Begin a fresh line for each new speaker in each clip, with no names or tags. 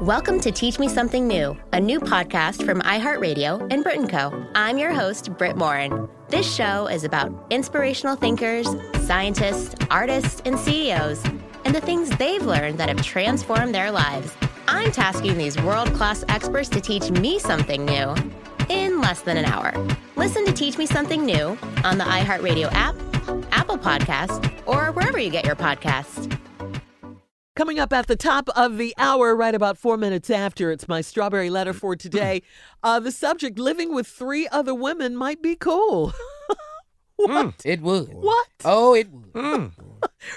Welcome to Teach Me Something New, a new podcast from iHeartRadio and Brit and Co. I'm your host, Britt Morin. This show is about inspirational thinkers, scientists, artists, and CEOs, and the things they've learned that have transformed their lives. I'm tasking these world class experts to teach me something new in less than an hour. Listen to Teach Me Something New on the iHeartRadio app, Apple Podcast, or wherever you get your podcasts.
Coming up at the top of the hour, right about four minutes after, it's my strawberry letter for today. Uh, the subject, living with three other women, might be cool. what?
It would.
What?
Uh,
Oh, it would.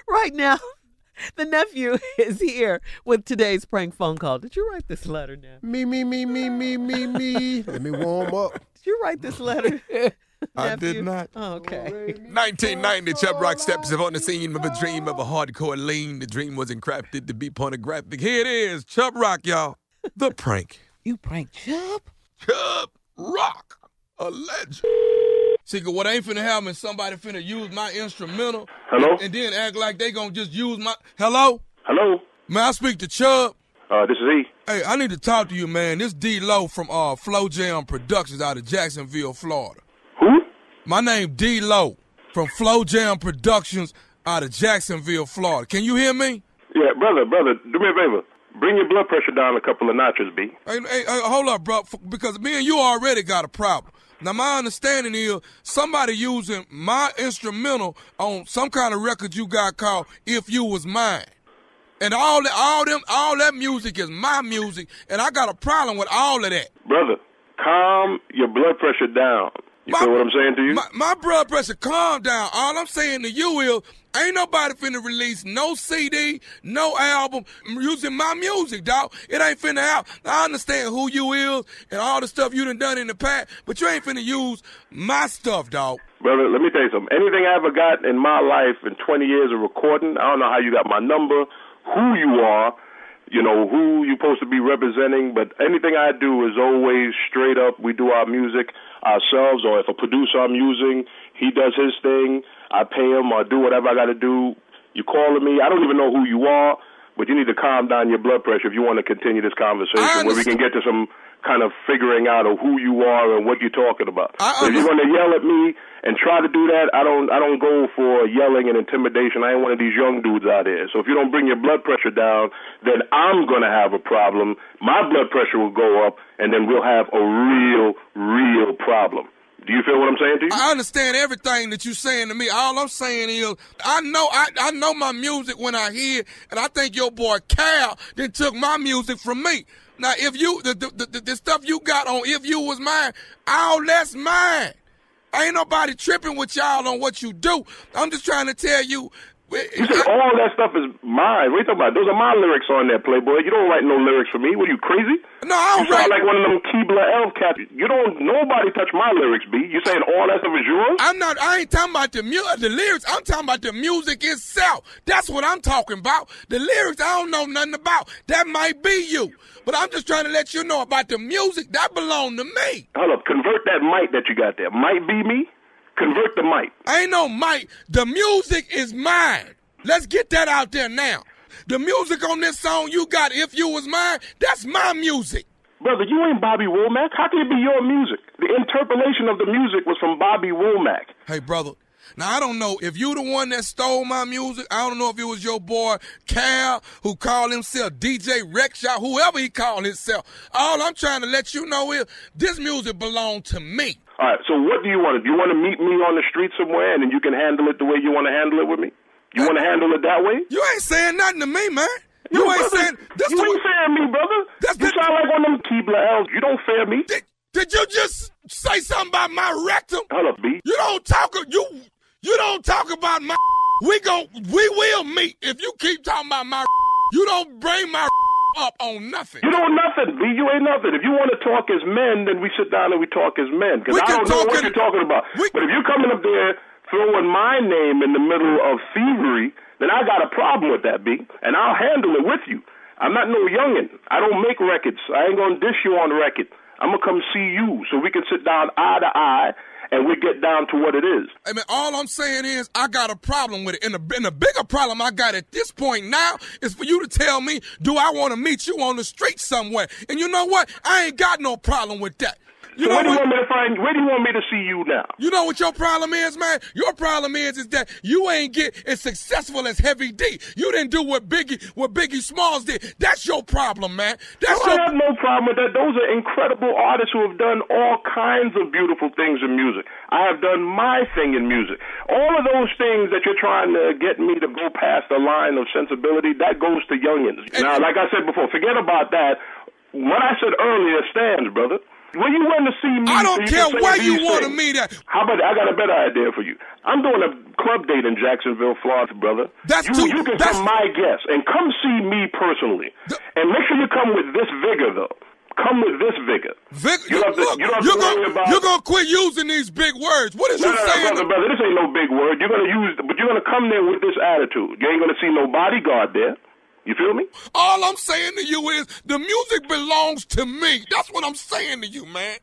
Right now, the nephew is here with today's prank phone call. Did you write this letter, Nep?
Me, me, me, me, me, me, me. Let me warm up.
Did you write this letter?
I did not.
Oh, okay.
1990, Chub Rock steps upon the scene of a dream of a hardcore lean. The dream wasn't crafted to be pornographic. Here it is, Chub Rock, y'all. The prank.
You prank Chub?
Chub Rock, a legend.
See, 'cause what ain't finna happen is somebody finna use my instrumental
Hello?
and then act like they gonna just use my. Hello?
Hello?
May I speak to Chubb?
Uh, this is E.
Hey, I need to talk to you, man. This D Lo from uh, Flow Jam Productions out of Jacksonville, Florida.
Who?
My name D Lo from Flow Jam Productions out of Jacksonville, Florida. Can you hear me?
Yeah, brother, brother, do me a favor. Bring your blood pressure down a couple of notches, B.
Hey, hey, hey, hold up, bro, f- because me and you already got a problem. Now, my understanding is somebody using my instrumental on some kind of record you got called "If You Was Mine," and all that, all them, all that music is my music, and I got a problem with all of that.
Brother, calm your blood pressure down. You feel what I'm saying to you?
My, my blood pressure, calm down. All I'm saying to you is, ain't nobody finna release no CD, no album m- using my music, dog. It ain't finna happen. I understand who you is and all the stuff you done done in the past, but you ain't finna use my stuff, dog.
brother, let me tell you something. Anything I ever got in my life in 20 years of recording, I don't know how you got my number, who you are, you know, who you're supposed to be representing, but anything I do is always straight up. We do our music ourselves, or if a producer I'm using, he does his thing, I pay him or do whatever I got to do. You calling me, I don't even know who you are, but you need to calm down your blood pressure if you want to continue this
I
conversation where we can
understand.
get to some kind of figuring out of who you are and what you're talking about.
I
if you're
understand.
going to yell at me and try to do that, I don't I don't go for yelling and intimidation. I ain't one of these young dudes out there. So if you don't bring your blood pressure down, then I'm going to have a problem. My blood pressure will go up, and then we'll have a real, real problem. Do you feel what I'm saying to you?
I understand everything that you saying to me. All I'm saying is, I know I, I know my music when I hear, it, and I think your boy Cal then took my music from me. Now, if you the the, the the stuff you got on, if you was mine, all that's mine. Ain't nobody tripping with y'all on what you do. I'm just trying to tell you.
you said all that stuff is mine. What are you talking about? Those are my lyrics on there, Playboy. You don't write no lyrics for me. What are you crazy?
No, I don't
You
write.
sound like one of them Keebler elf cats. You don't. Nobody touch my lyrics, B. You saying all that stuff is yours?
I'm not. I ain't talking about the mu- the lyrics. I'm talking about the music itself. That's what I'm talking about. The lyrics I don't know nothing about. That might be you, but I'm just trying to let you know about the music that belong to me.
Hold up. Convert that might that you got there. Might be me. Convert the might.
Ain't no mic. The music is mine. Let's get that out there now. The music on this song you got, if you was mine, that's my music.
Brother, you ain't Bobby Womack. How can it be your music? The interpolation of the music was from Bobby Womack.
Hey, brother. Now I don't know if you the one that stole my music. I don't know if it was your boy Cal who called himself DJ Rexshot, whoever he called himself. All I'm trying to let you know is this music belonged to me.
All right, so what do you want to do? You want to meet me on the street somewhere and then you can handle it the way you want to handle it with me? You want to handle it that way?
You ain't saying nothing to me, man. You
Yo,
ain't
brother,
saying this.
You
the,
ain't fair me, brother.
That's
you
the-
sound like one of them Keebler elves. You don't fair me.
did, did you just say something about my rectum?
Hold up, B.
You don't talk. You you don't talk about my. We gon' we will meet if you keep talking about my. You don't bring my up on nothing.
You don't nothing, B. You ain't nothing. If you want to talk as men, then we sit down and we talk as men.
We
Because I
can
don't know
talk
what
in-
you're talking about.
we-
But if you're coming up there throwing my name in the middle of thievery, then I got a problem with that, B. And I'll handle it with you. I'm not no youngin'. I don't make records. I ain't gonna dish you on record. I'm gonna come see you so we can sit down eye to eye and we get down to what it is.
I mean, all I'm saying is I got a problem with it, and the, and the bigger problem I got at this point now is for you to tell me, do I want to meet you on the street somewhere? And you know what? I ain't got no problem with that. You
so
know
where do you
what?
want me to find? Where do you want me to see you now?
You know what your problem is, man? Your problem is is that you ain't get as successful as Heavy D. You didn't do what Biggie what Biggie Smalls did. That's your problem, man. That's
Oh, I
your
have no problem with that. Those are incredible artists who have done all kinds of beautiful things in music. I have done my thing in music. All of those things that you're trying to get me to go past the line of sensibility, that goes to youngins. Now, like I said before, forget about that. What I said earlier stands, brother. When you want to see me,
I don't
you
care
can say
where you
these
want to
things.
meet at.
How about I got a better idea for you? I'm doing a club date in Jacksonville, Florida, brother.
That's
you,
too-
you can
that's-
come my guest and come see me personally.
The-
and make sure you come with this vigor though. Come with this vigor.
Vic,
You don't have to-
look,
you don't have
you're
to worry
gonna
about-
you're gonna quit using these big words. What is
No,
you
no, no,
saying?
brother, brother, this ain't no big word. You're gonna use, but you're gonna come there with this attitude. You ain't gonna see no bodyguard there. You feel me?
All I'm saying to you is the music belongs to me. That's what I'm saying to you, man.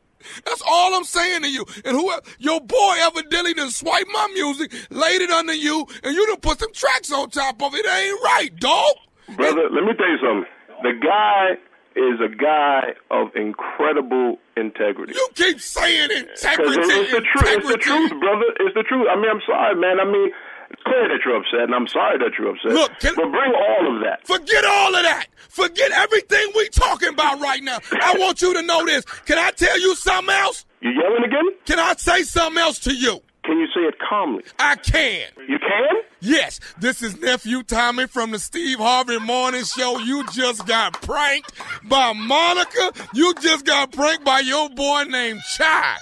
That's all I'm saying to you. And whoever your boy evidently done swiped my music, laid it under you, and you done put some tracks on top of it. It ain't right, dog.
Brother, let me tell you something. The guy is a guy of incredible integrity.
You keep saying
Because
integrity,
it's the truth. It's the truth,
integrity.
brother. It's the truth. I mean, I'm sorry, man. I mean, it's clear that you're upset, and I'm sorry that you're upset.
Look, can-
but bring all of that.
Forget all of that. Forget everything we talking about right now. I want you to know this. Can I tell you something else?
You yelling again?
Can I say something else to you?
Can you say it calmly?
I can.
You can?
Yes, this is nephew Tommy from the Steve Harvey Morning Show. You just got pranked by Monica. You just got pranked by your boy named Chai.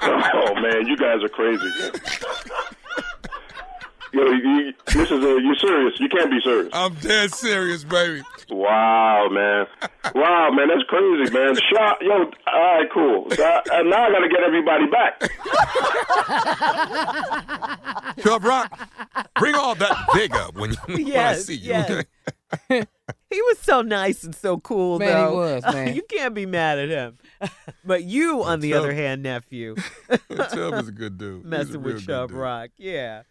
Oh man, you guys are crazy. Yo, you, this is a, you serious? You can't be serious.
I'm dead serious, baby.
Wow, man. Wow, man, that's crazy, man. Shot, yo, all right, cool. So I, and now I gotta get everybody back.
Chub Rock, bring all that big up when you want to
Yes,
see you.
yes. He was so nice and so cool,
Man, he
though.
was, man.
you can't be mad at him. but you, on the other hand, nephew,
Chubb is a good dude. He's a
messing
real
with
good
Chub
dude.
Rock. Yeah.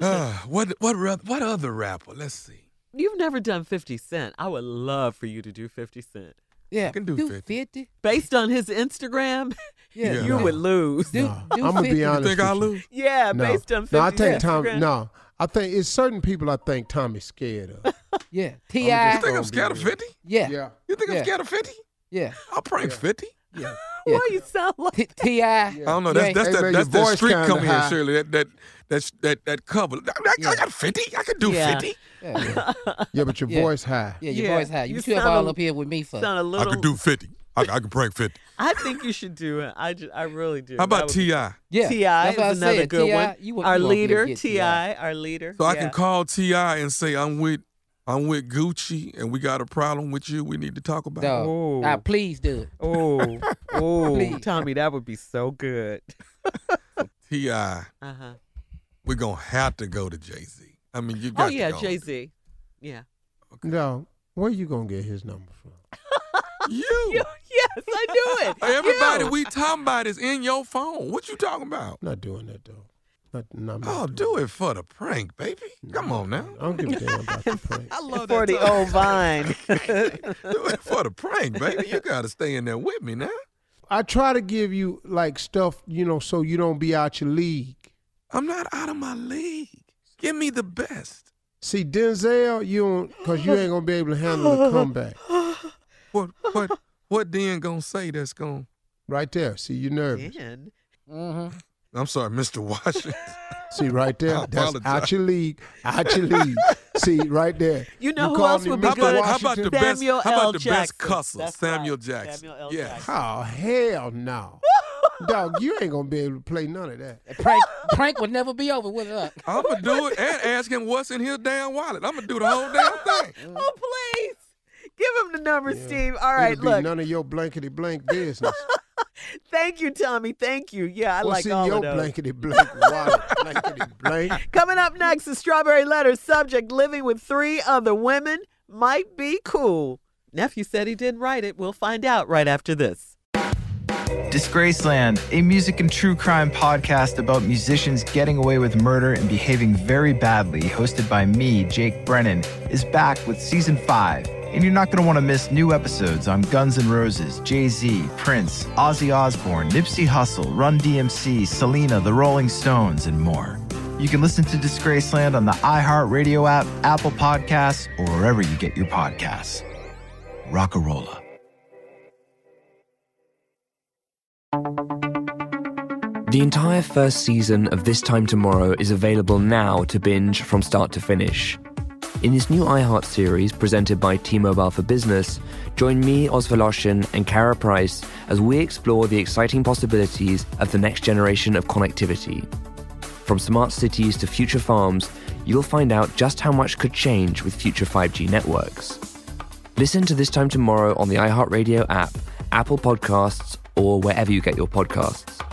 Ah, what what rap- what other rapper? Let's see.
You've never done 50 Cent. I would love for you to do 50 Cent.
Yeah.
can do 50.
50.
Based on his Instagram,
Yeah.
Yeah.
you
No.
would lose.
Do, do
I'm gonna
50.
be honest.
Think I
with you.
lose?
Yeah,
No,
based on 50
no, I think
Cent.
Tom.
Instagram.
No, I think it's certain people. I think Tommy's scared of.
Yeah.
You
T.I.
think I'm
Gonna be
scared of
real.
50?
Yeah. Yeah.
yeah,
You think
Yeah.
I'm scared of 50?
Yeah.
I'll prank 50.
Yeah.
Why you sound like
T- T.I.
I don't know. That's that's
Hey,
that
man,
that's
your
that
voice
street
kinda
coming here,
high.
Shirley. That that that's that that cover. I, I, I got 50. I could do
Yeah.
50.
Yeah, yeah.
yeah, but your
Yeah.
voice high.
Yeah, your
Yeah,
voice high. You,
you
two up
sound
all
a-
up here with me for.
sound a
I
little.
could do 50. I, I could prank 50.
I think you should do it. I, ju- I really do.
How
That
about
would be-
Ti?
Yeah.
Ti
that's what I
is another
said.
good
T.I.,
one.
You, wa-
our
you won't be able
leader,
to get
Ti, our leader.
So I
yeah.
can call Ti and say I'm with I'm with Gucci and we got a problem with you. We need to talk about. it.
Dog.
Ooh.
Nah, please do it.
Oh, oh,
Please.
Tommy, that would be so good.
Ti,
Uh
Uh-huh.
huh.
we're gonna have to go to Jay Z. I mean, you got.
Oh yeah,
to go.
Jay Z. Yeah.
No, where you gonna get his number from?
You.
Yes, I knew it.
Everybody
You.
we talking about is in your phone. What you talking about?
I'm not doing that though. Not, no, I'm
Oh,
not doing
do it for the prank, baby. Come on now.
I don't give a damn about the prank.
I love
for
that.
the old vine.
Do it for the prank, baby. You gotta stay in there with me now.
I try to give you like stuff, you know, so you don't be out your league.
I'm not out of my league. Give me the best.
See, Denzel, you don't, because you ain't gonna be able to handle the comeback.
What what what then gonna say that's gonna
Right there. See, you nervous.
Man.
I'm sorry, Mr. Washington.
See, right there.
I
That's
apologize.
out your league. Out your league. See, right there.
You know who
call
else
me
would be
How
Mr.
good?
about, how
Washington?
about the best?
Samuel
How about
L.
the best
Jackson.
cusser,
That's
Samuel
right.
Jackson?
Samuel L.
yeah.
Jackson.
Oh hell no, dog! You ain't gonna be able to play none of that.
Prank, prank would never be over with us.
I'm gonna do it and ask him what's in his damn wallet. I'm gonna do the whole damn thing.
Oh please, give him the number, Steve. All right,
It'll be
look.
none of your blankety blank business.
Thank you, Tommy. Thank you. Yeah, I
What's
like
in
all
your
of those.
blankety blank wallet? blankety blank.
Coming up next, the strawberry letter subject living with three other women might be cool. Nephew said he didn't write it. We'll find out right after this.
Disgraceland, a music and true crime podcast about musicians getting away with murder and behaving very badly, hosted by me, Jake Brennan, is back with season five. And you're not going to want to miss new episodes on Guns N' Roses, Jay Z, Prince, Ozzy Osbourne, Nipsey Hussle, Run DMC, Selena, The Rolling Stones, and more. You can listen to Disgraceland on the iHeartRadio app, Apple Podcasts, or wherever you get your podcasts. Rockarola.
The entire first season of This Time Tomorrow is available now to binge from start to finish. In this new iHeart series presented by T Mobile for Business, join me, Osvaloshin, and Kara Price as we explore the exciting possibilities of the next generation of connectivity. From smart cities to future farms, you'll find out just how much could change with future 5G networks. Listen to This Time Tomorrow on the iHeartRadio app, Apple Podcasts, or wherever you get your podcasts.